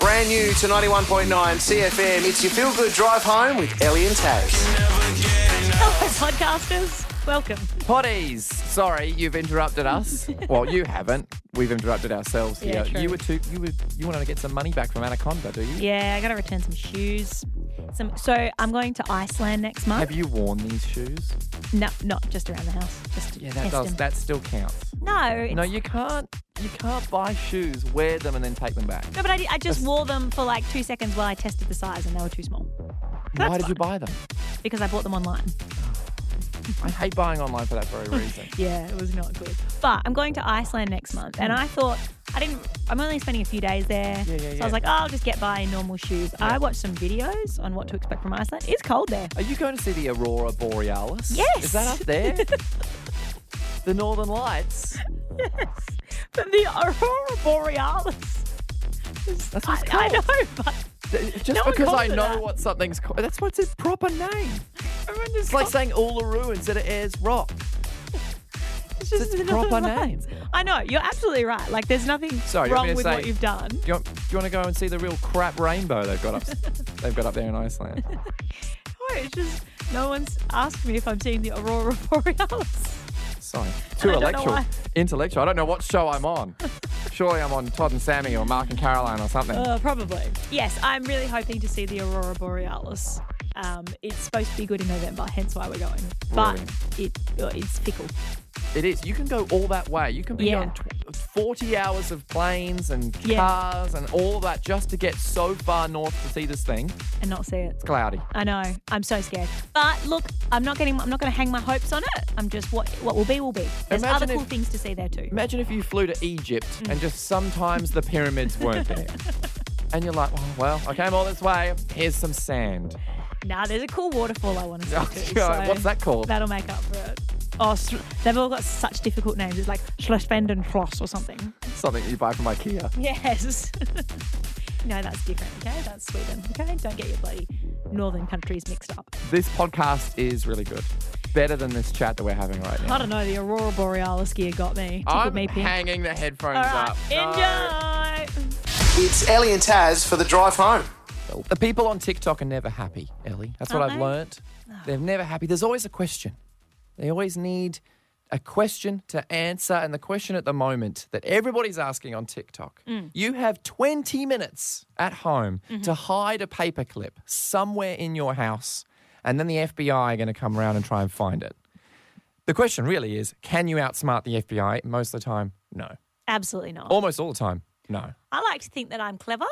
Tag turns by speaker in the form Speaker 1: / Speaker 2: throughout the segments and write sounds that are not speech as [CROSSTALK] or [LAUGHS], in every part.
Speaker 1: Brand new to 91.9 CFM. It's your feel good drive home with Ellie and Taz.
Speaker 2: Hello, podcasters. Welcome.
Speaker 3: Potties, sorry, you've
Speaker 2: [LAUGHS]
Speaker 3: interrupted us. well, you haven't. We've interrupted ourselves
Speaker 2: Yeah,
Speaker 3: here.
Speaker 2: true.
Speaker 3: You were too. You were. You wanted to get some money back from Anaconda, do you?
Speaker 2: Yeah, I got to return some shoes. Some. So I'm going to Iceland next month.
Speaker 3: Have you worn these shoes?
Speaker 2: No, not just around the house. Just to
Speaker 3: Yeah, that
Speaker 2: test
Speaker 3: does.
Speaker 2: them.
Speaker 3: That still counts.
Speaker 2: No, it's,
Speaker 3: No,
Speaker 2: no,
Speaker 3: you can't. You can't buy shoes, wear them, and then take them back.
Speaker 2: but I, did, I just wore them for like two seconds while I tested the size, and they were too small
Speaker 3: Why did you buy them?
Speaker 2: because I bought them online.
Speaker 3: I hate buying online for that very
Speaker 2: [LAUGHS]
Speaker 3: reason.
Speaker 2: Yeah, it was not good. But I'm going to Iceland next month, and I thought I didn't. I'm only spending a few days there,
Speaker 3: yeah,
Speaker 2: so I
Speaker 3: yeah.
Speaker 2: was like, oh, I'll just get by in normal shoes. I watched some videos on what to expect from Iceland. It's cold there.
Speaker 3: Are you going to see the aurora borealis?
Speaker 2: Yes.
Speaker 3: Is that up there?
Speaker 2: [LAUGHS]
Speaker 3: the northern lights.
Speaker 2: But the aurora borealis. is-
Speaker 3: That's what it's
Speaker 2: I, I
Speaker 3: called.
Speaker 2: know, [LAUGHS] but
Speaker 3: Th- Just
Speaker 2: No one
Speaker 3: because
Speaker 2: calls
Speaker 3: I
Speaker 2: it
Speaker 3: know
Speaker 2: that.
Speaker 3: what something's called. That's what's its proper name.
Speaker 2: everyone just
Speaker 3: It's like
Speaker 2: calls-
Speaker 3: saying Uluru instead of Ayers Rock.
Speaker 2: it's just
Speaker 3: its
Speaker 2: another
Speaker 3: proper
Speaker 2: line. I know you're absolutely right. Like, there's nothing
Speaker 3: Sorry, you
Speaker 2: wrong
Speaker 3: want me to
Speaker 2: with
Speaker 3: say-
Speaker 2: what you've done.
Speaker 3: Do you, want, do you want to go and see the real crap rainbow
Speaker 2: [LAUGHS]
Speaker 3: they've got up? they've got up there in Iceland.
Speaker 2: No, it's just no one's asked me if I'm seeing the aurora [LAUGHS] borealis. [LAUGHS]
Speaker 3: Sorry, too
Speaker 2: I don't know
Speaker 3: intellectual.
Speaker 2: why.
Speaker 3: Intellectual. I don't know what show
Speaker 2: [LAUGHS]
Speaker 3: I'm on. Surely I'm on Todd and Sammy or Mark and Caroline or something.
Speaker 2: Uh, probably. Yes, I'm really hoping to see the aurora borealis. Um, it's supposed to be good in November, hence why we're going. But it uh, it's fickle.
Speaker 3: it is. You can go all that way. You can be
Speaker 2: Yeah.
Speaker 3: on tw- 40 hours of planes and
Speaker 2: Yeah.
Speaker 3: cars and all that just to get so far north to see this thing.
Speaker 2: And not see it.
Speaker 3: Cloudy.
Speaker 2: I know. I'm so scared. But look, I'm not getting. I'm not going to hang my hopes on it. I'm just what what will be will be. There's
Speaker 3: Imagine
Speaker 2: other cool
Speaker 3: if-
Speaker 2: things to see there too.
Speaker 3: Imagine if you flew to Egypt
Speaker 2: Mm.
Speaker 3: and just sometimes the pyramids
Speaker 2: [LAUGHS]
Speaker 3: weren't there. And you're like, oh, well, I came all this way. Here's some sand.
Speaker 2: [LAUGHS] Nah, there's a cool waterfall I want to see
Speaker 3: Oh,
Speaker 2: too.
Speaker 3: God,
Speaker 2: so
Speaker 3: what's that called?
Speaker 2: That'll make up for it. Oh, Sl- they've all got such difficult names. It's like Schlossbenden Schloss or something. [LAUGHS]
Speaker 3: Something that you buy from IKEA.
Speaker 2: Yes. [LAUGHS] no, that's different. Okay, that's Sweden. Okay, don't get your bloody northern countries mixed up.
Speaker 3: This podcast is really good. Better than this chat that we're having right now.
Speaker 2: I don't know. The aurora borealis gear got me. Tickled
Speaker 3: I'm
Speaker 2: me pink.
Speaker 3: hanging the headphones
Speaker 2: all right,
Speaker 3: up. No.
Speaker 2: enjoy.
Speaker 1: It's Ellie and Taz for the drive home.
Speaker 3: The people on TikTok are never happy, Ellie. That's what
Speaker 2: Aren't
Speaker 3: I've
Speaker 2: they? Oh.
Speaker 3: learnt. They're never happy. There's always a question. They always need a question to answer. And the question at the moment that everybody's asking on TikTok
Speaker 2: Mm.
Speaker 3: you have 20 minutes at home
Speaker 2: Mm-hmm.
Speaker 3: to hide a paperclip somewhere in your house, and then the FBI are going to come around and try and find it. The question really is can you outsmart the FBI? Most of the time, no.
Speaker 2: Absolutely not.
Speaker 3: Almost all the time, no.
Speaker 2: I like to think that I'm clever,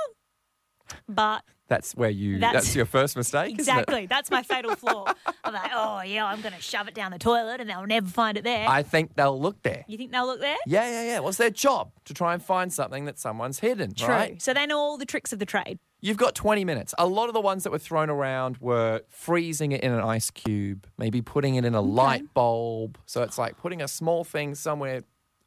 Speaker 2: but
Speaker 3: That's where you, that's,
Speaker 2: That's-
Speaker 3: your first mistake, [LAUGHS] isn't it?
Speaker 2: exactly that's my fatal flaw. [LAUGHS] I'm like, oh yeah, I'm gonna shove it down the toilet and they'll never find it there.
Speaker 3: I think they'll look there.
Speaker 2: you think they'll look there?
Speaker 3: Yeah, yeah, yeah. What's their job? To try and find something that someone's hidden,
Speaker 2: True.
Speaker 3: right?
Speaker 2: So they know all the tricks of the trade.
Speaker 3: You've got 20 minutes. A lot of the ones that were thrown around were freezing it in an ice cube, maybe putting it in a light bulb. So it's like putting a small thing somewhere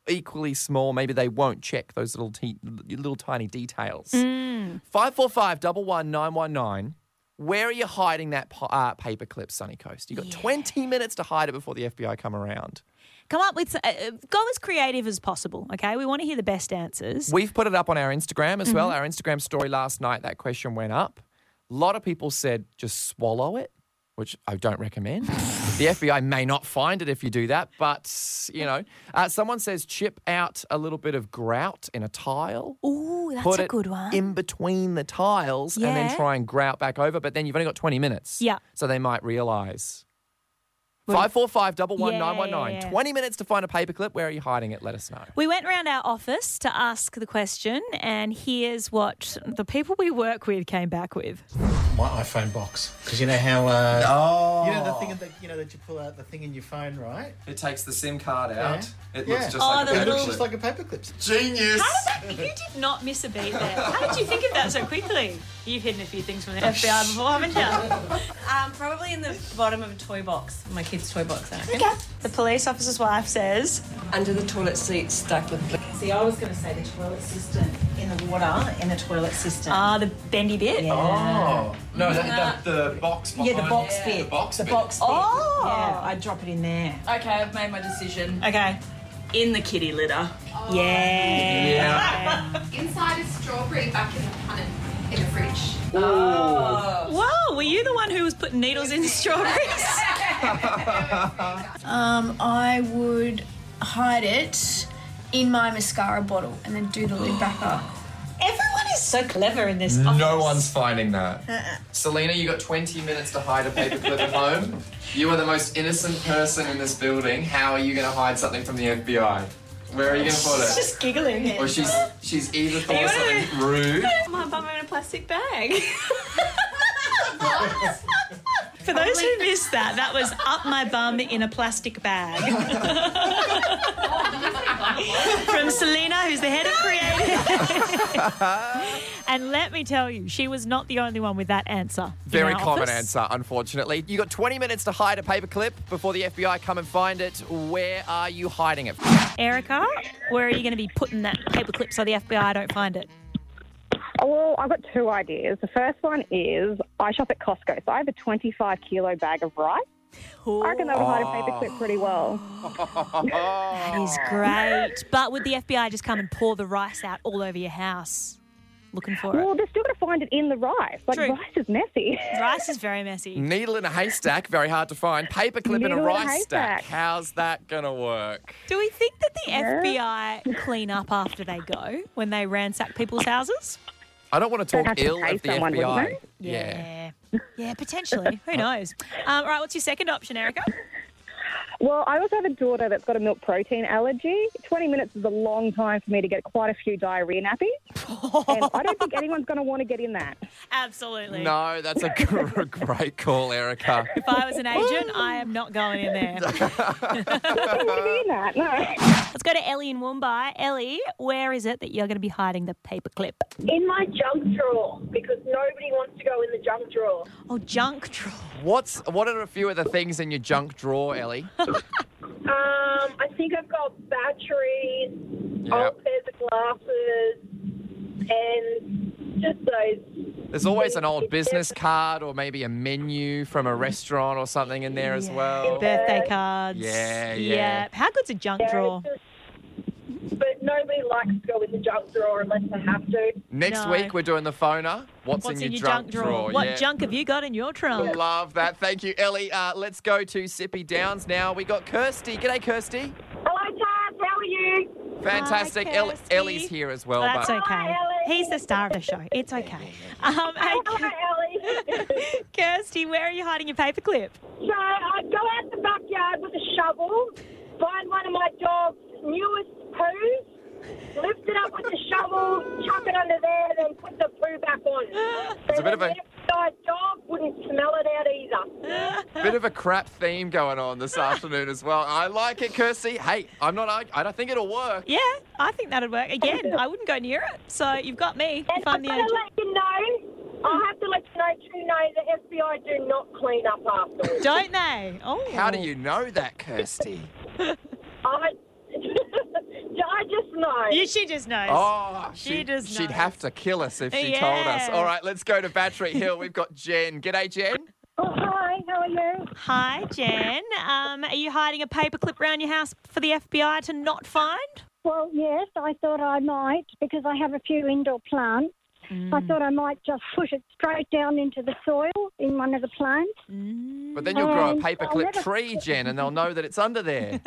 Speaker 3: equally small. Maybe they won't check those little te- little tiny details. 545 11919. Where are you hiding that pa- uh, paperclip, Sunny Coast? You've got 20 minutes to hide it before the FBI come around.
Speaker 2: Come up with, uh, uh, go as creative as possible. Okay, we want to hear the best answers.
Speaker 3: We've put it up on our Instagram as
Speaker 2: Mm-hmm.
Speaker 3: well. Our Instagram story last night, that question went up. A lot of people said just swallow it, which I don't
Speaker 2: [LAUGHS]
Speaker 3: recommend. the FBI may not find it if you do that, but you know. Uh, someone says chip out a little bit of grout in a tile.
Speaker 2: Ooh, that's
Speaker 3: Put
Speaker 2: a
Speaker 3: it
Speaker 2: good one.
Speaker 3: in between the tiles and then
Speaker 2: Yeah.
Speaker 3: try and grout back over, but then you've only got 20 minutes.
Speaker 2: Yeah.
Speaker 3: So they might realise.
Speaker 2: Well,
Speaker 3: 545
Speaker 2: yeah, yeah, yeah.
Speaker 3: 20 minutes to find a paperclip. Where are you hiding it? Let us know.
Speaker 2: we went round our office to ask the question, and here's what the people we work with came back
Speaker 3: [LAUGHS]
Speaker 2: with.
Speaker 4: my iPhone box because you know how uh, you know the thing that you know that you pull out the thing in your phone, right?
Speaker 3: It takes the SIM card
Speaker 4: out. It looks Yeah. just
Speaker 2: Oh, like a the
Speaker 4: It looks
Speaker 2: little-
Speaker 4: just like a paperclip.
Speaker 2: How did that, you did not miss a beat there. How did you think of that so quickly? You've hidden a few things from the FBI before, haven't you?
Speaker 5: Um, probably in the bottom of a toy box, my kid's toy box. I reckon.
Speaker 2: The police officer's wife says,
Speaker 5: Under the toilet seat, stuck with.
Speaker 6: See, I was going to say the toilet system in the water in the toilet system.
Speaker 2: ah, the bendy bit.
Speaker 3: Oh no, that, the, the box.
Speaker 6: yeah, the
Speaker 3: behind
Speaker 6: box
Speaker 3: it.
Speaker 6: bit.
Speaker 3: The box bit.
Speaker 6: bit.
Speaker 2: Oh.
Speaker 6: Yeah, I drop it in there.
Speaker 5: Okay, I've made my decision.
Speaker 2: Okay.
Speaker 5: In the kitty litter.
Speaker 2: Yeah.
Speaker 7: Inside is strawberry back in the punnet in the fridge.
Speaker 2: Whoa, were you the one who was putting needles in strawberries? [LAUGHS]
Speaker 8: Um, I would hide it in my mascara bottle and then do the lid back up.
Speaker 6: Everyone is so clever in this.
Speaker 3: No one's finding
Speaker 6: Uh-uh.
Speaker 3: that. Selena, you got 20 minutes to hide a paperclip at home. You are the most innocent person in this building. How are you going to hide something from the FBI? Where are you going to put it?
Speaker 6: Just giggling.
Speaker 3: Or she's she's either thought of
Speaker 6: Are you
Speaker 3: something
Speaker 6: [LAUGHS]
Speaker 3: rude.
Speaker 6: My bum in a plastic bag.
Speaker 2: For those who missed that, that was up my bum in a plastic [LAUGHS] bag. From Selena, who's the head of creative. and let me tell you, she was not the only one with that answer. in
Speaker 3: Very
Speaker 2: our
Speaker 3: common
Speaker 2: office.
Speaker 3: answer, unfortunately. You got 20 minutes to hide a paperclip before the FBI come and find it. Where are you hiding it?
Speaker 2: Erica, where are you going to be putting that paperclip so the FBI don't find it?
Speaker 5: Oh, Well, I've got two ideas. The first one is I shop at Costco, so I have a 25 kilo bag of rice. I reckon that would hide a paperclip pretty well.
Speaker 2: He's great. But would the FBI just come and pour the rice out all over your house looking for
Speaker 5: Well,
Speaker 2: it?
Speaker 5: they're still going to find it in the rice. Like,
Speaker 2: True.
Speaker 5: rice is messy.
Speaker 2: Rice is very messy.
Speaker 3: Needle in a haystack, very hard to find. Paperclip in a
Speaker 5: Needle in a
Speaker 3: rice stack.
Speaker 5: haystack.
Speaker 3: How's that going to work?
Speaker 2: Do we think that the FBI clean up after they go when they ransack people's houses?
Speaker 3: I don't want to
Speaker 5: have
Speaker 3: talk
Speaker 5: to
Speaker 3: ill
Speaker 5: pay
Speaker 3: of the
Speaker 5: someone, wouldn't
Speaker 3: FBI.
Speaker 5: they?
Speaker 3: yeah.
Speaker 2: Yeah, Yeah, potentially. Who knows? Um, all right, what's your second option, Erica?
Speaker 5: Well, I also have a daughter that's got a milk protein allergy. 20 minutes is a long time for me to get quite a few diarrhea nappies. and I don't
Speaker 8: [LAUGHS]
Speaker 5: think anyone's going to want to get in that.
Speaker 2: Absolutely.
Speaker 3: No, that's a gr- [LAUGHS] great call, Erica.
Speaker 2: If I was an agent, I am not going in there.
Speaker 5: I don't want to be in that, no.
Speaker 2: Let's go to Ellie in Woombai. Ellie, where is it that you're going to be hiding the paperclip?
Speaker 9: In my junk drawer because nobody wants to go in the junk drawer.
Speaker 2: Oh, junk drawer.
Speaker 3: What's what are a few of the things in your junk drawer, Ellie?
Speaker 9: Um, I think I've got batteries,
Speaker 3: Yep.
Speaker 9: old pairs of glasses, and just those.
Speaker 3: There's always an old business card or maybe a menu from a restaurant or something in there as well.
Speaker 2: Birthday cards.
Speaker 3: Yeah, yeah.
Speaker 2: How good's a junk drawer?
Speaker 9: But nobody likes to go in the junk drawer unless they have to.
Speaker 3: Next
Speaker 2: No.
Speaker 3: week we're doing the phoner. What's,
Speaker 2: What's
Speaker 3: in your, junk, drawer?
Speaker 2: What
Speaker 3: Yeah.
Speaker 2: junk have you got in your trunk?
Speaker 3: Love that. Thank you, Ellie. Uh, let's go to Sippy Downs now. We got Kirsty. G'day, Kirsty.
Speaker 9: Hello, Taz. How are you?
Speaker 3: Fantastic.
Speaker 2: Hi,
Speaker 3: El-
Speaker 2: Kirsty.
Speaker 3: Ellie's here as well.
Speaker 2: Oh, that's
Speaker 3: but
Speaker 2: okay.
Speaker 9: Ellie.
Speaker 2: He's the star of the show.
Speaker 3: [LAUGHS]
Speaker 2: It's okay. Um,
Speaker 9: Hello,
Speaker 2: and
Speaker 9: Ellie. [LAUGHS]
Speaker 2: Kirsty, where are you hiding your paperclip?
Speaker 9: So I go out the backyard with a shovel, find one of my dog's newest poos, lift it up with the shovel, chuck it under there, then put the poo back on.
Speaker 3: It's a bit of a-
Speaker 9: My dog wouldn't smell it out either.
Speaker 3: Bit of a crap theme going on this afternoon as well. I like it, Kirsty. Hey, I'm not. arg- I don't think it'll work.
Speaker 2: Yeah, I think that'd work. Again, I wouldn't go near it. So you've got me
Speaker 9: And
Speaker 2: if I'm the
Speaker 9: I'm going
Speaker 2: agent.
Speaker 9: to let you know, I have to let you know too, know the FBI do not clean up afterwards.
Speaker 2: Don't they? Oh.
Speaker 3: How do you know that, Kirsty?
Speaker 9: I, [LAUGHS] I just know.
Speaker 2: You, she just knows.
Speaker 3: Oh,
Speaker 2: She does
Speaker 3: She'd
Speaker 2: know.
Speaker 3: have to kill us if she told us.
Speaker 2: Yeah.
Speaker 3: All right, let's go to Battery Hill. We've got Jen. G'day, Jen.
Speaker 9: Oh, hi, how are you?
Speaker 2: Hi, Jen. Um, are you hiding a paperclip around your house for the FBI to not find?
Speaker 5: Well, yes, I thought I might because I have a few indoor plants. I
Speaker 2: Mm.
Speaker 5: thought I might just push it straight down into the soil in one of the plants.
Speaker 3: But then you'll grow a
Speaker 5: Um, I'll
Speaker 2: Oh,
Speaker 3: paperclip
Speaker 5: never-
Speaker 3: tree, Jen, and they'll know that it's
Speaker 2: [LAUGHS]
Speaker 3: under there.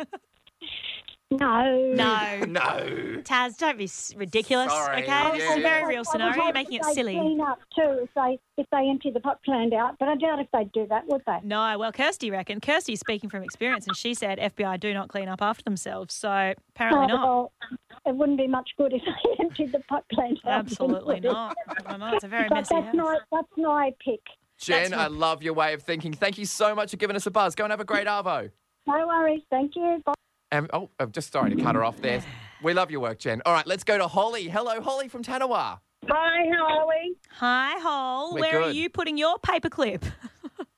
Speaker 5: No.
Speaker 3: [LAUGHS]
Speaker 2: No.
Speaker 3: no.
Speaker 2: Taz, don't be s- ridiculous.
Speaker 3: Sorry,
Speaker 2: Okay,
Speaker 3: yeah,
Speaker 2: this is a
Speaker 3: yeah.
Speaker 2: very real
Speaker 5: I would
Speaker 2: scenario. You're
Speaker 5: hope
Speaker 2: making it
Speaker 5: that they'd
Speaker 2: silly.
Speaker 5: Clean up too if they if they empty the pot plant out, but I doubt if they'd do that, would they?
Speaker 2: No, well, Kirsty reckoned. Kirsty's speaking from experience, and she said FBI do not clean up after themselves. So apparently not.
Speaker 9: [LAUGHS]
Speaker 5: Well, uh, it wouldn't be much good if [LAUGHS] they emptied the pot plant out.
Speaker 2: Absolutely
Speaker 5: would it?
Speaker 2: not. I know it's a very
Speaker 5: But
Speaker 2: messy
Speaker 5: that's
Speaker 2: house.
Speaker 5: my that's my pick.
Speaker 3: Jen,
Speaker 2: That's
Speaker 3: I love your way of thinking. Thank you so much for giving us a buzz. Go and have a great Arvo.
Speaker 5: No worries. Thank you. Bye.
Speaker 3: Um, oh, I'm just sorry to cut her off there. We love your work, Jen. All right, let's go to Holly. Hello, Holly from Tanawa.
Speaker 9: Hi, how are we?
Speaker 2: Hi, Hole.
Speaker 3: We're
Speaker 2: Where are
Speaker 3: good.
Speaker 2: you putting your paperclip?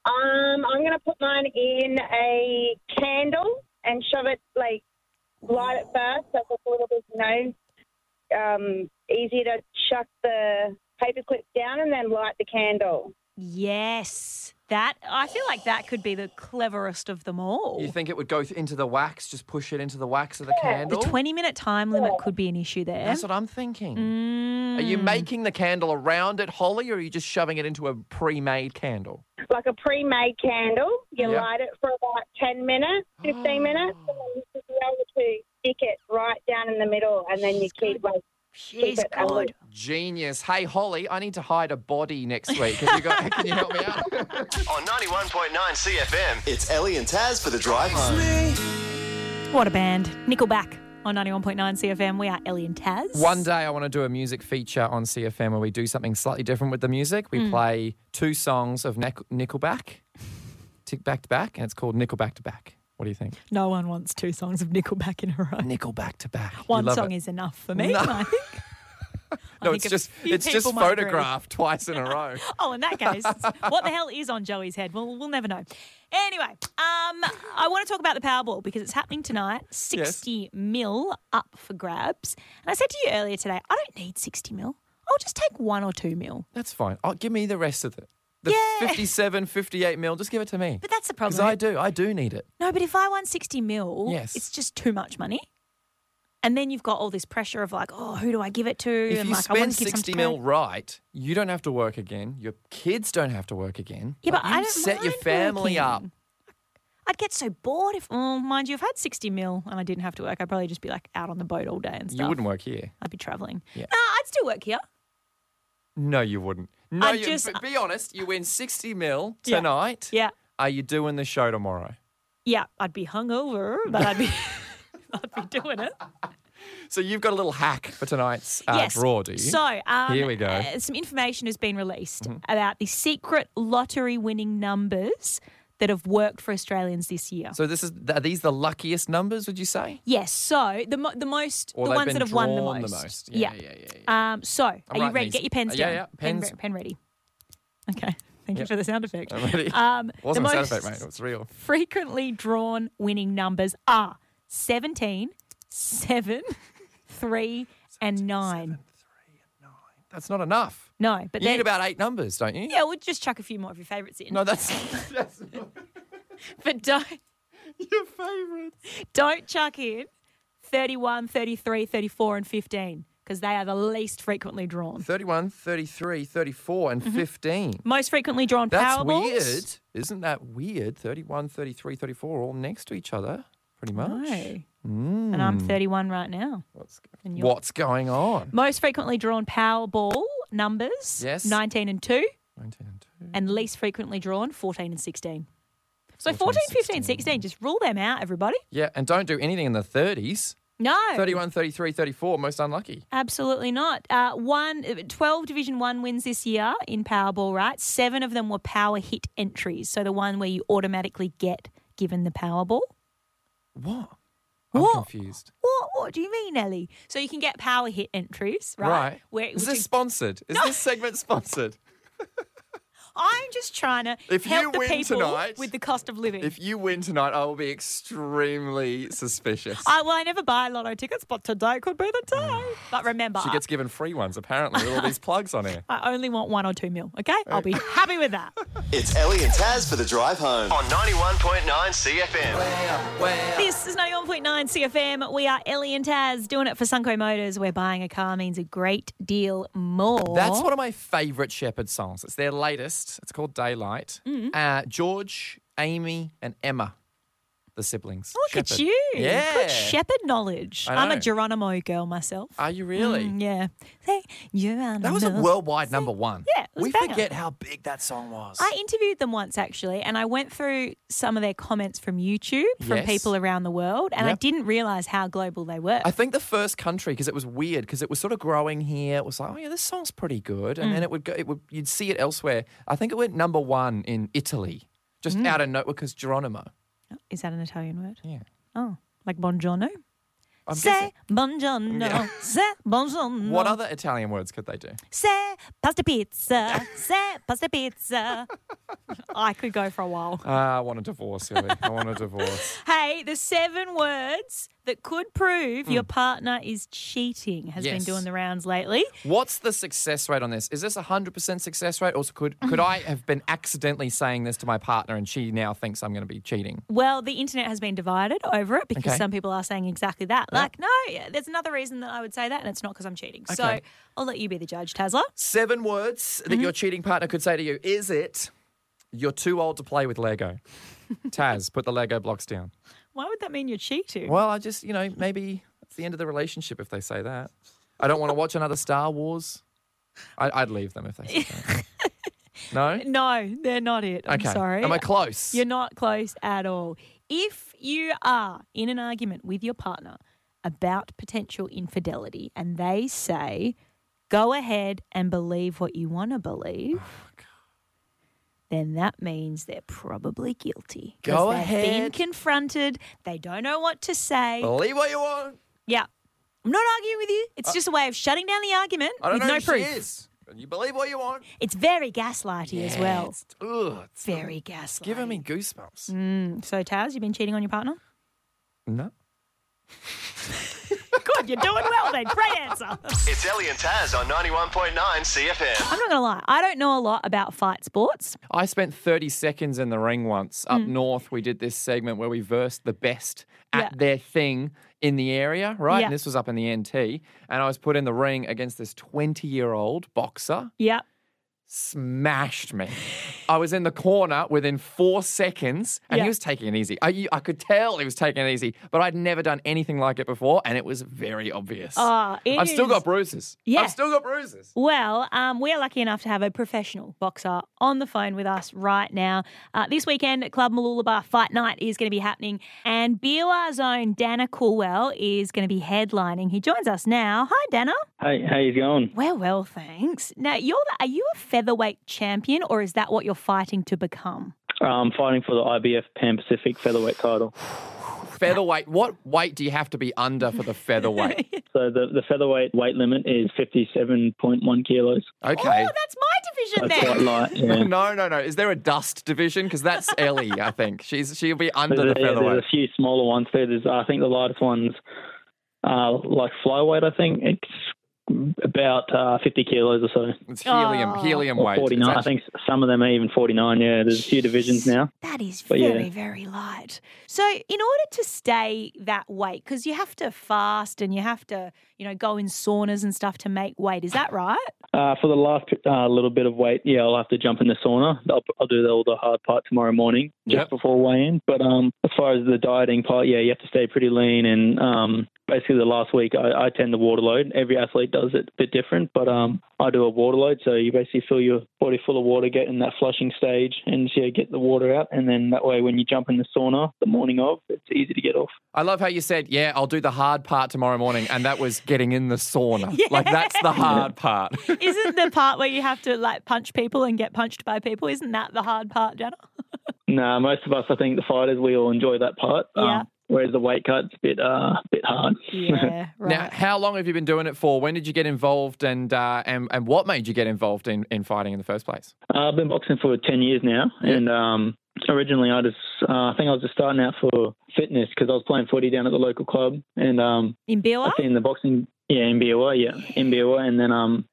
Speaker 9: Um, I'm gonna put mine in a candle and shove it like light it first, so it's a little bit, you know, um, easier to chuck the paperclip down and then light the candle.
Speaker 2: Yes. That I feel like that could be the cleverest of them all.
Speaker 3: You think it would go th- into the wax? Just push it into the wax of the
Speaker 2: The
Speaker 3: candle.
Speaker 2: 20 minute time limit could be an issue there.
Speaker 3: That's what I'm thinking. Are you making the candle around it, Holly, or are you just shoving it into a pre-made candle?
Speaker 10: like a pre-made candle. You
Speaker 3: Yeah.
Speaker 10: light it for about ten minutes, fifteen minutes, and then you should be able to stick it right down in the middle, and then you keep like. She's it that way.
Speaker 3: Genius. Hey, Holly, I need to hide a body next week. Have you got, [LAUGHS] can you help me out?
Speaker 1: On 91.9 CFM, it's Ellie and Taz for the drive home.
Speaker 2: What a band. Nickelback on 91.9 CFM. We are Ellie and Taz.
Speaker 3: One day I want to do a music feature on CFM where we do something slightly different with the music. We play two songs of Nic- Nickelback, tick back to back, and it's called Nickelback to Back. What do you [LAUGHS] think?
Speaker 2: No one wants two songs of Nickelback in a row.
Speaker 3: Nickelback to Back. You
Speaker 2: One
Speaker 3: love
Speaker 2: song
Speaker 3: it.
Speaker 2: is enough for me.
Speaker 3: No.
Speaker 2: I think. I
Speaker 3: No,
Speaker 2: think
Speaker 3: it's
Speaker 2: a
Speaker 3: just
Speaker 2: few
Speaker 3: it's just
Speaker 2: people might agree.
Speaker 3: photographed twice in
Speaker 2: [LAUGHS]
Speaker 3: a row.
Speaker 2: Oh, in that case, what the hell is on Joey's head? Well, we'll never know. Anyway, um, I want to talk about the Powerball because it's happening tonight. 60 mil up for grabs. And I said to you earlier today, I don't need 60 mil. I'll just take one or two mil.
Speaker 3: That's fine. Oh, give me the rest of it. The
Speaker 2: Yeah.
Speaker 3: 57, 58 mil, just give it to me.
Speaker 2: But that's the
Speaker 3: Because
Speaker 2: problem.
Speaker 3: I do, I do need it.
Speaker 2: No, but if I won 60 mil,
Speaker 3: Yes.
Speaker 2: it's just too much money. And then you've got all this pressure of like, oh, who do I give it to?
Speaker 3: If
Speaker 2: and
Speaker 3: you
Speaker 2: like, I
Speaker 3: spend
Speaker 2: want to give some
Speaker 3: 60
Speaker 2: to
Speaker 3: mil
Speaker 2: charity.
Speaker 3: right, you don't have to work again. Your kids don't have to work again.
Speaker 2: Yeah, but
Speaker 3: Like,
Speaker 2: I
Speaker 3: you
Speaker 2: don't
Speaker 3: set your
Speaker 2: mind
Speaker 3: family up.
Speaker 2: working. I'd get so bored if, oh, mind you, if I had 60 mil and I didn't have to work, I'd probably just be like out on the boat all day and stuff.
Speaker 3: You wouldn't work here.
Speaker 2: I'd be traveling.
Speaker 3: Yeah.
Speaker 2: Nah, I'd still work here.
Speaker 3: No, you wouldn't. No,
Speaker 2: I
Speaker 3: you,
Speaker 2: just-
Speaker 3: b- be honest. You win 60 mil
Speaker 2: Yeah.
Speaker 3: tonight.
Speaker 2: Yeah.
Speaker 3: Are you doing the show tomorrow?
Speaker 2: Yeah, I'd be hungover, but I'd be,
Speaker 3: [LAUGHS]
Speaker 2: [LAUGHS] I'd be doing it.
Speaker 3: So you've got a little hack for tonight's uh,
Speaker 2: yes.
Speaker 3: draw, do you?
Speaker 2: So um,
Speaker 3: Here we go. Mm-hmm.
Speaker 2: uh, some information has been released about the secret lottery winning numbers that have worked for Australians this year.
Speaker 3: So this is are these the luckiest numbers? Would you say?
Speaker 2: yes. So the mo- the most
Speaker 3: Or
Speaker 2: the
Speaker 3: they've
Speaker 2: ones
Speaker 3: been
Speaker 2: that have won the
Speaker 3: drawn
Speaker 2: most.
Speaker 3: Yeah, yeah, yeah. yeah,
Speaker 2: Um, so are you
Speaker 3: writing
Speaker 2: ready?
Speaker 3: these.
Speaker 2: Get your pens
Speaker 3: Uh, yeah,
Speaker 2: down.
Speaker 3: yeah,
Speaker 2: Pen-
Speaker 3: pens.
Speaker 2: Pen,
Speaker 3: [LAUGHS]
Speaker 2: ready. Okay. Thank you
Speaker 3: Yep.
Speaker 2: for the sound
Speaker 3: [LAUGHS]
Speaker 2: effect.
Speaker 3: I'm ready.
Speaker 2: [LAUGHS] Um,
Speaker 3: Wasn't
Speaker 2: the
Speaker 3: a sound
Speaker 2: most
Speaker 3: effect, mate. It was real.
Speaker 2: frequently drawn winning numbers are 17, [LAUGHS] 7, 3, and 9.
Speaker 3: That's not enough.
Speaker 2: No, but
Speaker 3: You
Speaker 2: then.
Speaker 3: need about eight numbers, don't you?
Speaker 2: yeah, we'll just chuck a few more of your favourites in.
Speaker 3: No, that's that's
Speaker 2: [LAUGHS] But don't,
Speaker 3: [LAUGHS] your favourite.
Speaker 2: don't chuck in 31, 33, 34, and 15 because they are the least frequently drawn.
Speaker 3: 31, 33, 34,
Speaker 2: Mm-hmm.
Speaker 3: and 15.
Speaker 2: Most frequently drawn
Speaker 3: That's
Speaker 2: Powerballs.
Speaker 3: weird. Isn't that weird? 31, 33, 34, all next to each other, pretty much.
Speaker 2: No.
Speaker 3: Hmm.
Speaker 2: And I'm 31 right now.
Speaker 3: What's,
Speaker 2: And you're-
Speaker 3: what's going on?
Speaker 2: Most frequently drawn Powerball numbers
Speaker 3: Yes.
Speaker 2: 19 and 2,
Speaker 3: 19 and 2.
Speaker 2: and least frequently drawn 14 and 16. So
Speaker 3: 14,
Speaker 2: 14, 15, 16, just rule them out, everybody.
Speaker 3: Yeah, and don't do anything in the 30s.
Speaker 2: No.
Speaker 3: 31, 33, 34, most unlucky.
Speaker 2: Absolutely not. Uh, one, 12 Division 1 wins this year in Powerball, right? Seven of them were power hit entries. So the one where you automatically get given the Powerball.
Speaker 3: What? I'm
Speaker 2: What?
Speaker 3: confused.
Speaker 2: What, what do you mean, Ellie? So you can get power hit entries, right? Where,
Speaker 3: Is
Speaker 2: which
Speaker 3: this
Speaker 2: is-
Speaker 3: sponsored? Is this
Speaker 2: [LAUGHS]
Speaker 3: segment sponsored?
Speaker 2: I'm just trying to
Speaker 3: If
Speaker 2: help
Speaker 3: you
Speaker 2: the
Speaker 3: win
Speaker 2: people
Speaker 3: tonight-
Speaker 2: with the cost of living.
Speaker 3: If you win tonight, I will be extremely suspicious.
Speaker 2: I, well, I never buy lotto tickets, but today could be the day. but remember,
Speaker 3: Mm. She gets given free ones, apparently, with all these plugs on here.
Speaker 2: I only want one or two mil, okay? I'll be happy with that.
Speaker 1: It's Ellie and Taz for the drive home. On 91.9 CFM.
Speaker 2: This is 91.9 CFM. We are Ellie and Taz doing it for Sunco Motors, where buying a car means a great deal more.
Speaker 3: That's one of my favourite Shepherd songs. It's their latest. It's called Daylight.
Speaker 2: Mm.
Speaker 3: Uh, George, Amy, and Emma, the siblings.
Speaker 2: Look at
Speaker 3: Shepherd.
Speaker 2: you.
Speaker 3: Yeah.
Speaker 2: Good shepherd knowledge.
Speaker 3: I
Speaker 2: I'm a
Speaker 3: know.
Speaker 2: Geronimo girl myself.
Speaker 3: Are you really?
Speaker 2: Mm, yeah. Hey, Geronimo.
Speaker 3: That was a worldwide number one.
Speaker 2: Yeah, it was
Speaker 3: we
Speaker 2: a banger.
Speaker 3: forget how big that song was.
Speaker 2: I interviewed them once actually, and I went through some of their comments from YouTube from
Speaker 3: Yes.
Speaker 2: people around the world, and I
Speaker 3: Yep.
Speaker 2: didn't realize how global they were.
Speaker 3: I think the first country because it was weird because it was sort of growing here. It was like, oh yeah, this song's pretty good, and
Speaker 2: Mm.
Speaker 3: then it would go. It would you'd see it elsewhere. I think it went number one in Italy, just
Speaker 2: Mm.
Speaker 3: out of note because Geronimo.
Speaker 2: Is that an Italian word?
Speaker 3: Yeah.
Speaker 2: Oh, like buongiorno.
Speaker 3: I'm
Speaker 2: Say
Speaker 3: guessing.
Speaker 2: buongiorno.
Speaker 3: Yeah.
Speaker 2: Say buongiorno.
Speaker 3: What other Italian words could they do?
Speaker 2: Say pasta pizza. Say pasta pizza. I could go for a while.
Speaker 3: Ah,
Speaker 2: [LAUGHS]
Speaker 3: Uh, I want a divorce, Ellie. I want a divorce.
Speaker 2: Hey, the seven words that could prove your partner is cheating has
Speaker 3: Hmm. Yes.
Speaker 2: been doing the rounds lately.
Speaker 3: What's the success rate on this? Is this a hundred percent success rate, or could could I have been accidentally saying this to my partner and she now thinks I'm going to be cheating?
Speaker 2: Well, the internet has been divided over it because
Speaker 3: Okay.
Speaker 2: some people are saying exactly that. Like, no, yeah, there's another reason that I would say that, and it's not because I'm cheating. So
Speaker 3: Okay.
Speaker 2: I'll let you be the judge, Tasla.
Speaker 3: Seven words
Speaker 2: Mm-hmm.
Speaker 3: that your cheating partner could say to you. Is it you're too old to play
Speaker 2: [LAUGHS]
Speaker 3: with Lego? Taz, put the Lego blocks down.
Speaker 2: Why would that mean you're cheating?
Speaker 3: Well, I just you know maybe it's the end of the relationship if they say that. I don't want to watch another Star Wars. I, I'd leave them if they said
Speaker 2: [LAUGHS]
Speaker 3: that. No.
Speaker 2: No, they're not it. I'm
Speaker 3: okay.
Speaker 2: sorry.
Speaker 3: Am I close?
Speaker 2: You're not close at all. If you are in an argument with your partner about potential infidelity and they say, go ahead and believe what you want to believe,
Speaker 3: Oh
Speaker 2: then that means they're probably guilty. 'Cause
Speaker 3: Go
Speaker 2: they've Been
Speaker 3: ahead.
Speaker 2: confronted. They don't know what to say.
Speaker 3: Believe what you want.
Speaker 2: Yeah. I'm not arguing with you. It's just a way of shutting down the argument
Speaker 3: Uh I don't
Speaker 2: with
Speaker 3: know
Speaker 2: no
Speaker 3: who
Speaker 2: proof.
Speaker 3: she is. You believe what you want.
Speaker 2: It's very gaslighty as well.
Speaker 3: It's- Ugh, it's
Speaker 2: Very gaslighty.
Speaker 3: giving me goosebumps.
Speaker 2: Mm, so, Taz, you've been cheating on your partner?
Speaker 3: No.
Speaker 2: Good, you're doing well then. Great answer. I'm
Speaker 1: It's Ellie and Taz on 91.9 CFM.
Speaker 2: not going to lie, I don't know a lot about fight sports.
Speaker 3: I spent 30 seconds in the ring once. Up
Speaker 2: Hmm.
Speaker 3: north, we did this segment where we versed the best at
Speaker 2: Yeah.
Speaker 3: their thing in the area, right?
Speaker 2: Yeah.
Speaker 3: And this was up in the NT. And I was put in the ring against this 20 year old boxer.
Speaker 2: Yep. [LAUGHS]
Speaker 3: Smashed me. I was in the corner within four seconds and
Speaker 2: Yeah.
Speaker 3: he was taking it easy. I, you- I could tell he was taking it easy, but I'd never done anything like it before and it was very obvious.
Speaker 2: Uh, it
Speaker 3: I've still
Speaker 2: is-
Speaker 3: got bruises.
Speaker 2: Yeah.
Speaker 3: I've still
Speaker 2: [LAUGHS]
Speaker 3: got bruises.
Speaker 2: Well, um, we are lucky enough to have a professional boxer on the phone with us right now. Uh, this weekend at Club Malulabar Fight Night is going to be happening, and BOR's own Dana Coolwell is going to be headlining. He joins us now. Hi, Dana.
Speaker 9: Hey, how you going?
Speaker 2: Well, well, thanks. Now, you're the, are you a featherweight champion, or is that what you're fighting to become?
Speaker 9: I'm fighting for the IBF Pan Pacific featherweight title.
Speaker 3: Featherweight. What weight do you have to be under for
Speaker 2: [LAUGHS]
Speaker 3: the featherweight?
Speaker 9: So the, the featherweight weight limit is 57.1 kilos.
Speaker 3: Okay.
Speaker 2: Oh, that's my division
Speaker 9: That's
Speaker 2: then.
Speaker 9: quite light.
Speaker 3: [LAUGHS]
Speaker 9: Yeah.
Speaker 3: no, no, no. Is there a dust division? Because that's Ellie, I think. She's she'll be under the
Speaker 9: There's, uh, yeah,
Speaker 3: featherweight.
Speaker 9: there's a few smaller ones too. There's I think the lightest ones are like flyweight. I think it's about uh, 50 kilos or so.
Speaker 3: It's helium,
Speaker 2: Oh.
Speaker 3: helium
Speaker 9: Or
Speaker 3: weight. It's
Speaker 9: 49. I
Speaker 3: actually-
Speaker 9: think some of them are even 49. Yeah, there's a few divisions now.
Speaker 2: That is
Speaker 9: But yeah.
Speaker 2: very, very light. So, in order to stay that weight, because you have to fast and you have to, you know, go in saunas and stuff to make weight. Is that right?
Speaker 9: Uh, for the last uh, little bit of weight, yeah, I'll have to jump in the sauna. I'll, I'll do the, all the hard part tomorrow morning just
Speaker 3: Yep.
Speaker 9: before weigh-in. But um, as far as the dieting part, yeah, you have to stay pretty lean. And um, basically, the last week I, I tend the water load. Every athlete does it a bit different, but um, I do a water load. So you basically fill your body full of water, get in that flushing stage, and yeah, get the water out. And then that way, when you jump in the sauna the morning of, it's easy to get off.
Speaker 3: I love how you said, yeah, I'll do the hard part tomorrow morning. And that was getting in the sauna. Like, that's the hard part. [LAUGHS]
Speaker 2: Isn't the part where you have to like punch people and get punched by people? Isn't that the hard part, Jenna?
Speaker 9: Nah, most of us, I think the fighters, we all enjoy that part.
Speaker 2: Yeah.
Speaker 9: Um, whereas the weight cut's a bit, uh, bit hard. [LAUGHS]
Speaker 2: Yeah,
Speaker 3: Now,
Speaker 2: right.
Speaker 3: how long have you been doing it for? When did you get involved? And uh, and, and what made you get involved in, in fighting in the first place?
Speaker 9: Uh, I've been boxing for 10 years now. And um, originally, I just, uh, I think I was just starting out for fitness because I was playing footy down at the local club. And um,
Speaker 2: in Biwa?
Speaker 9: I seen the boxing, yeah, in BOA, yeah, in BOA. And then um,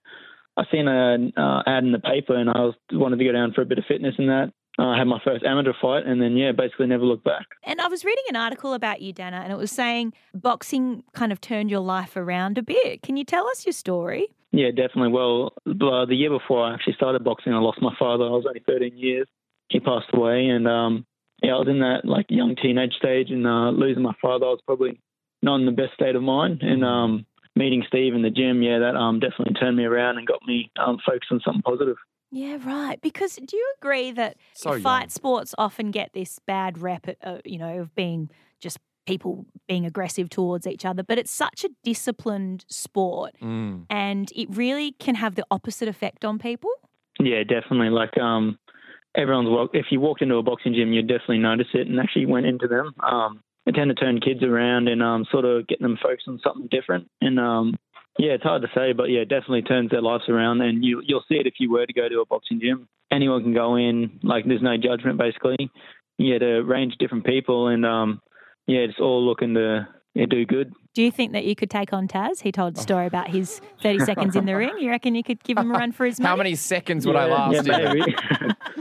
Speaker 9: I seen an uh, ad in the paper and I was wanted to go down for a bit of fitness and that. Uh, I had my first amateur fight and then, yeah, basically never looked back.
Speaker 2: And I was reading an article about you, Dana, and it was saying boxing kind of turned your life around a bit. Can you tell us your story?
Speaker 9: Yeah, definitely. Well, uh, the year before I actually started boxing, I lost my father. I was only 13 years. He passed away, and um, yeah, I was in that like young teenage stage, and uh, losing my father, I was probably not in the best state of mind. And um, meeting Steve in the gym, yeah, that um, definitely turned me around and got me um, focused on something positive.
Speaker 2: Yeah, right. Because do you agree that
Speaker 3: So
Speaker 2: fight
Speaker 3: young.
Speaker 2: sports often get this bad rep, uh, you know, of being just people being aggressive towards each other? But it's such a disciplined sport,
Speaker 3: Mm.
Speaker 2: and it really can have the opposite effect on people.
Speaker 9: Yeah, definitely. Like um, everyone's wel- if you walked into a boxing gym, you'd definitely notice it, and actually went into them. Um, I tend to turn kids around and um, sort of get them focused on something different. And um, yeah, it's hard to say, but yeah, it definitely turns their lives around. And you you'll see it if you were to go to a boxing gym. Anyone can go in. Like there's no judgment basically. You get a range of different people, and um, yeah, it's all looking to yeah, do good.
Speaker 2: Do you think that you could take on Taz? He told a story
Speaker 3: Oh.
Speaker 2: about his 30 seconds in the ring. You reckon you could give him a run for his money?
Speaker 3: How many seconds would I last?
Speaker 9: Yeah,
Speaker 3: you?
Speaker 9: maybe.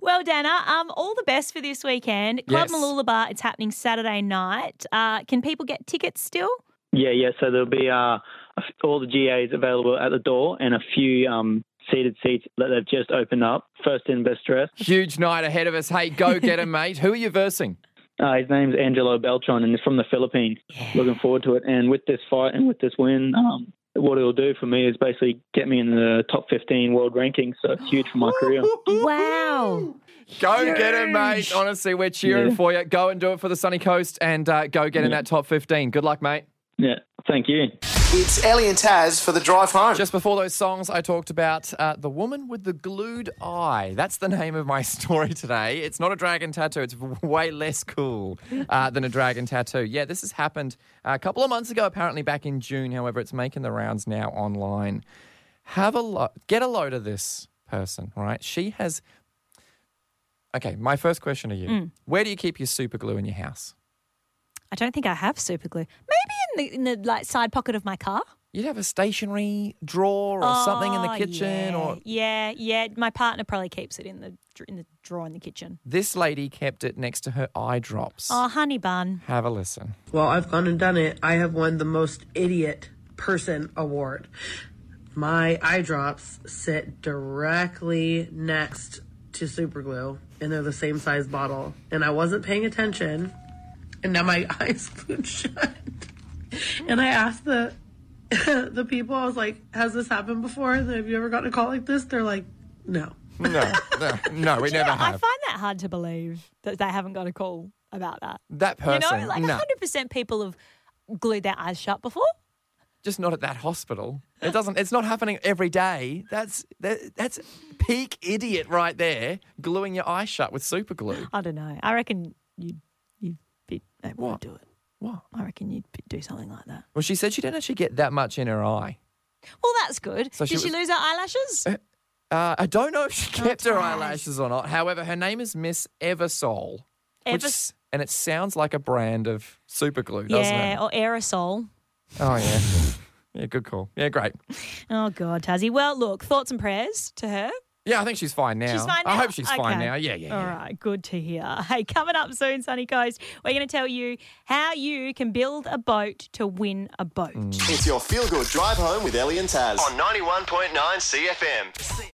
Speaker 2: Well, Dana, um, all the best for this weekend. Club
Speaker 9: Yes.
Speaker 2: Malula Bar, it's happening Saturday night. Uh, can people get tickets still?
Speaker 9: yeah, yeah. So there'll be uh, a f- all the GAs available at the door and a few um, seated seats that they've just opened up. First in, best dressed.
Speaker 3: Huge night ahead of us. Hey, go get
Speaker 9: [LAUGHS]
Speaker 3: him, mate. Who are you versing?
Speaker 9: Uh, his name's Angelo Beltran, and he's from the Philippines. Looking forward to it. And with this fight and with this win, um, what it'll do for me is basically get me in the top 15 world rankings. So it's huge for my career.
Speaker 2: Wow.
Speaker 3: Go get him, mate. Honestly, we're cheering
Speaker 9: Yeah.
Speaker 3: for you. Go and do it for the sunny coast and uh, go get in that top 15. Good luck, mate.
Speaker 9: Yeah, thank you.
Speaker 1: It's Ellie and Taz for the drive home.
Speaker 3: Just before those songs, I talked about uh, the woman with the glued eye. That's the name of my [LAUGHS] story today. It's not a dragon tattoo. It's way less cool uh, than a dragon tattoo. Yeah, this has happened uh, a couple of months ago, apparently back in June. However, it's making the rounds now online. Have a lo- get a load of this person, right? She has. Okay, my first question to you:
Speaker 2: Mm.
Speaker 3: Where do you keep your super glue in your house?
Speaker 2: I don't think I have super glue. Maybe in the, in the like side pocket of my car.
Speaker 3: You'd have a stationary drawer or something in the kitchen,
Speaker 2: Ah, yeah, yeah,
Speaker 3: or
Speaker 2: yeah. My partner probably keeps it in the dr- in the drawer in the kitchen.
Speaker 3: This lady kept it next to her eye drops.
Speaker 2: Oh, honey bun.
Speaker 3: Have a listen.
Speaker 11: Well, I've gone and done it. I have won the most idiot person award. My eye drops sit directly next to super glue, and they're the same size bottle. And I wasn't paying attention, and now my [LAUGHS] eyes glued shut. And I asked the [LAUGHS] the people, I was like, "Has this happened before? Have you ever gotten a call like this?" They're like, "No."
Speaker 3: No, no, no we
Speaker 2: Do you
Speaker 3: never
Speaker 2: know, [LAUGHS] I
Speaker 3: have.
Speaker 2: find that hard to believe that they haven't got a call about that.
Speaker 3: That
Speaker 2: you know,
Speaker 3: person,
Speaker 2: like
Speaker 3: no.
Speaker 2: hundred percent people have glued their eyes shut before.
Speaker 3: Just not at that hospital. It doesn't. It's not happening every day. That's that, that's peak idiot right there. Gluing your eye shut with super glue.
Speaker 2: I don't know. I reckon you'd you'd be able
Speaker 3: What?
Speaker 2: to do it.
Speaker 3: What?
Speaker 2: I reckon you'd be- do something like that.
Speaker 3: Well, she said she didn't actually get that much in her eye.
Speaker 2: Well, that's good.
Speaker 3: So
Speaker 2: Did
Speaker 3: she
Speaker 2: she,
Speaker 3: was-
Speaker 2: lose her eyelashes?
Speaker 3: Uh, I don't know if she kept her eyelashes or not. However, her name is Miss Eversole, which
Speaker 2: Ever-
Speaker 3: s- and it sounds like a brand of super glue, doesn't
Speaker 2: yeah,
Speaker 3: it?
Speaker 2: or aerosol.
Speaker 3: Oh yeah, yeah. Good call. Yeah, great.
Speaker 2: Oh God, Tazzy. Well, look, thoughts and prayers to her.
Speaker 3: Yeah, I think she's fine now.
Speaker 2: She's fine now.
Speaker 3: I hope she's fine
Speaker 2: Okay.
Speaker 3: now. Yeah, yeah.
Speaker 2: All
Speaker 3: yeah.
Speaker 2: right, good to hear. Hey, coming up soon, Sunny Coast, we're going to tell you how you can build a boat to win a boat.
Speaker 1: It's your feel good drive home with Ellie and Taz on 91.9 CFM.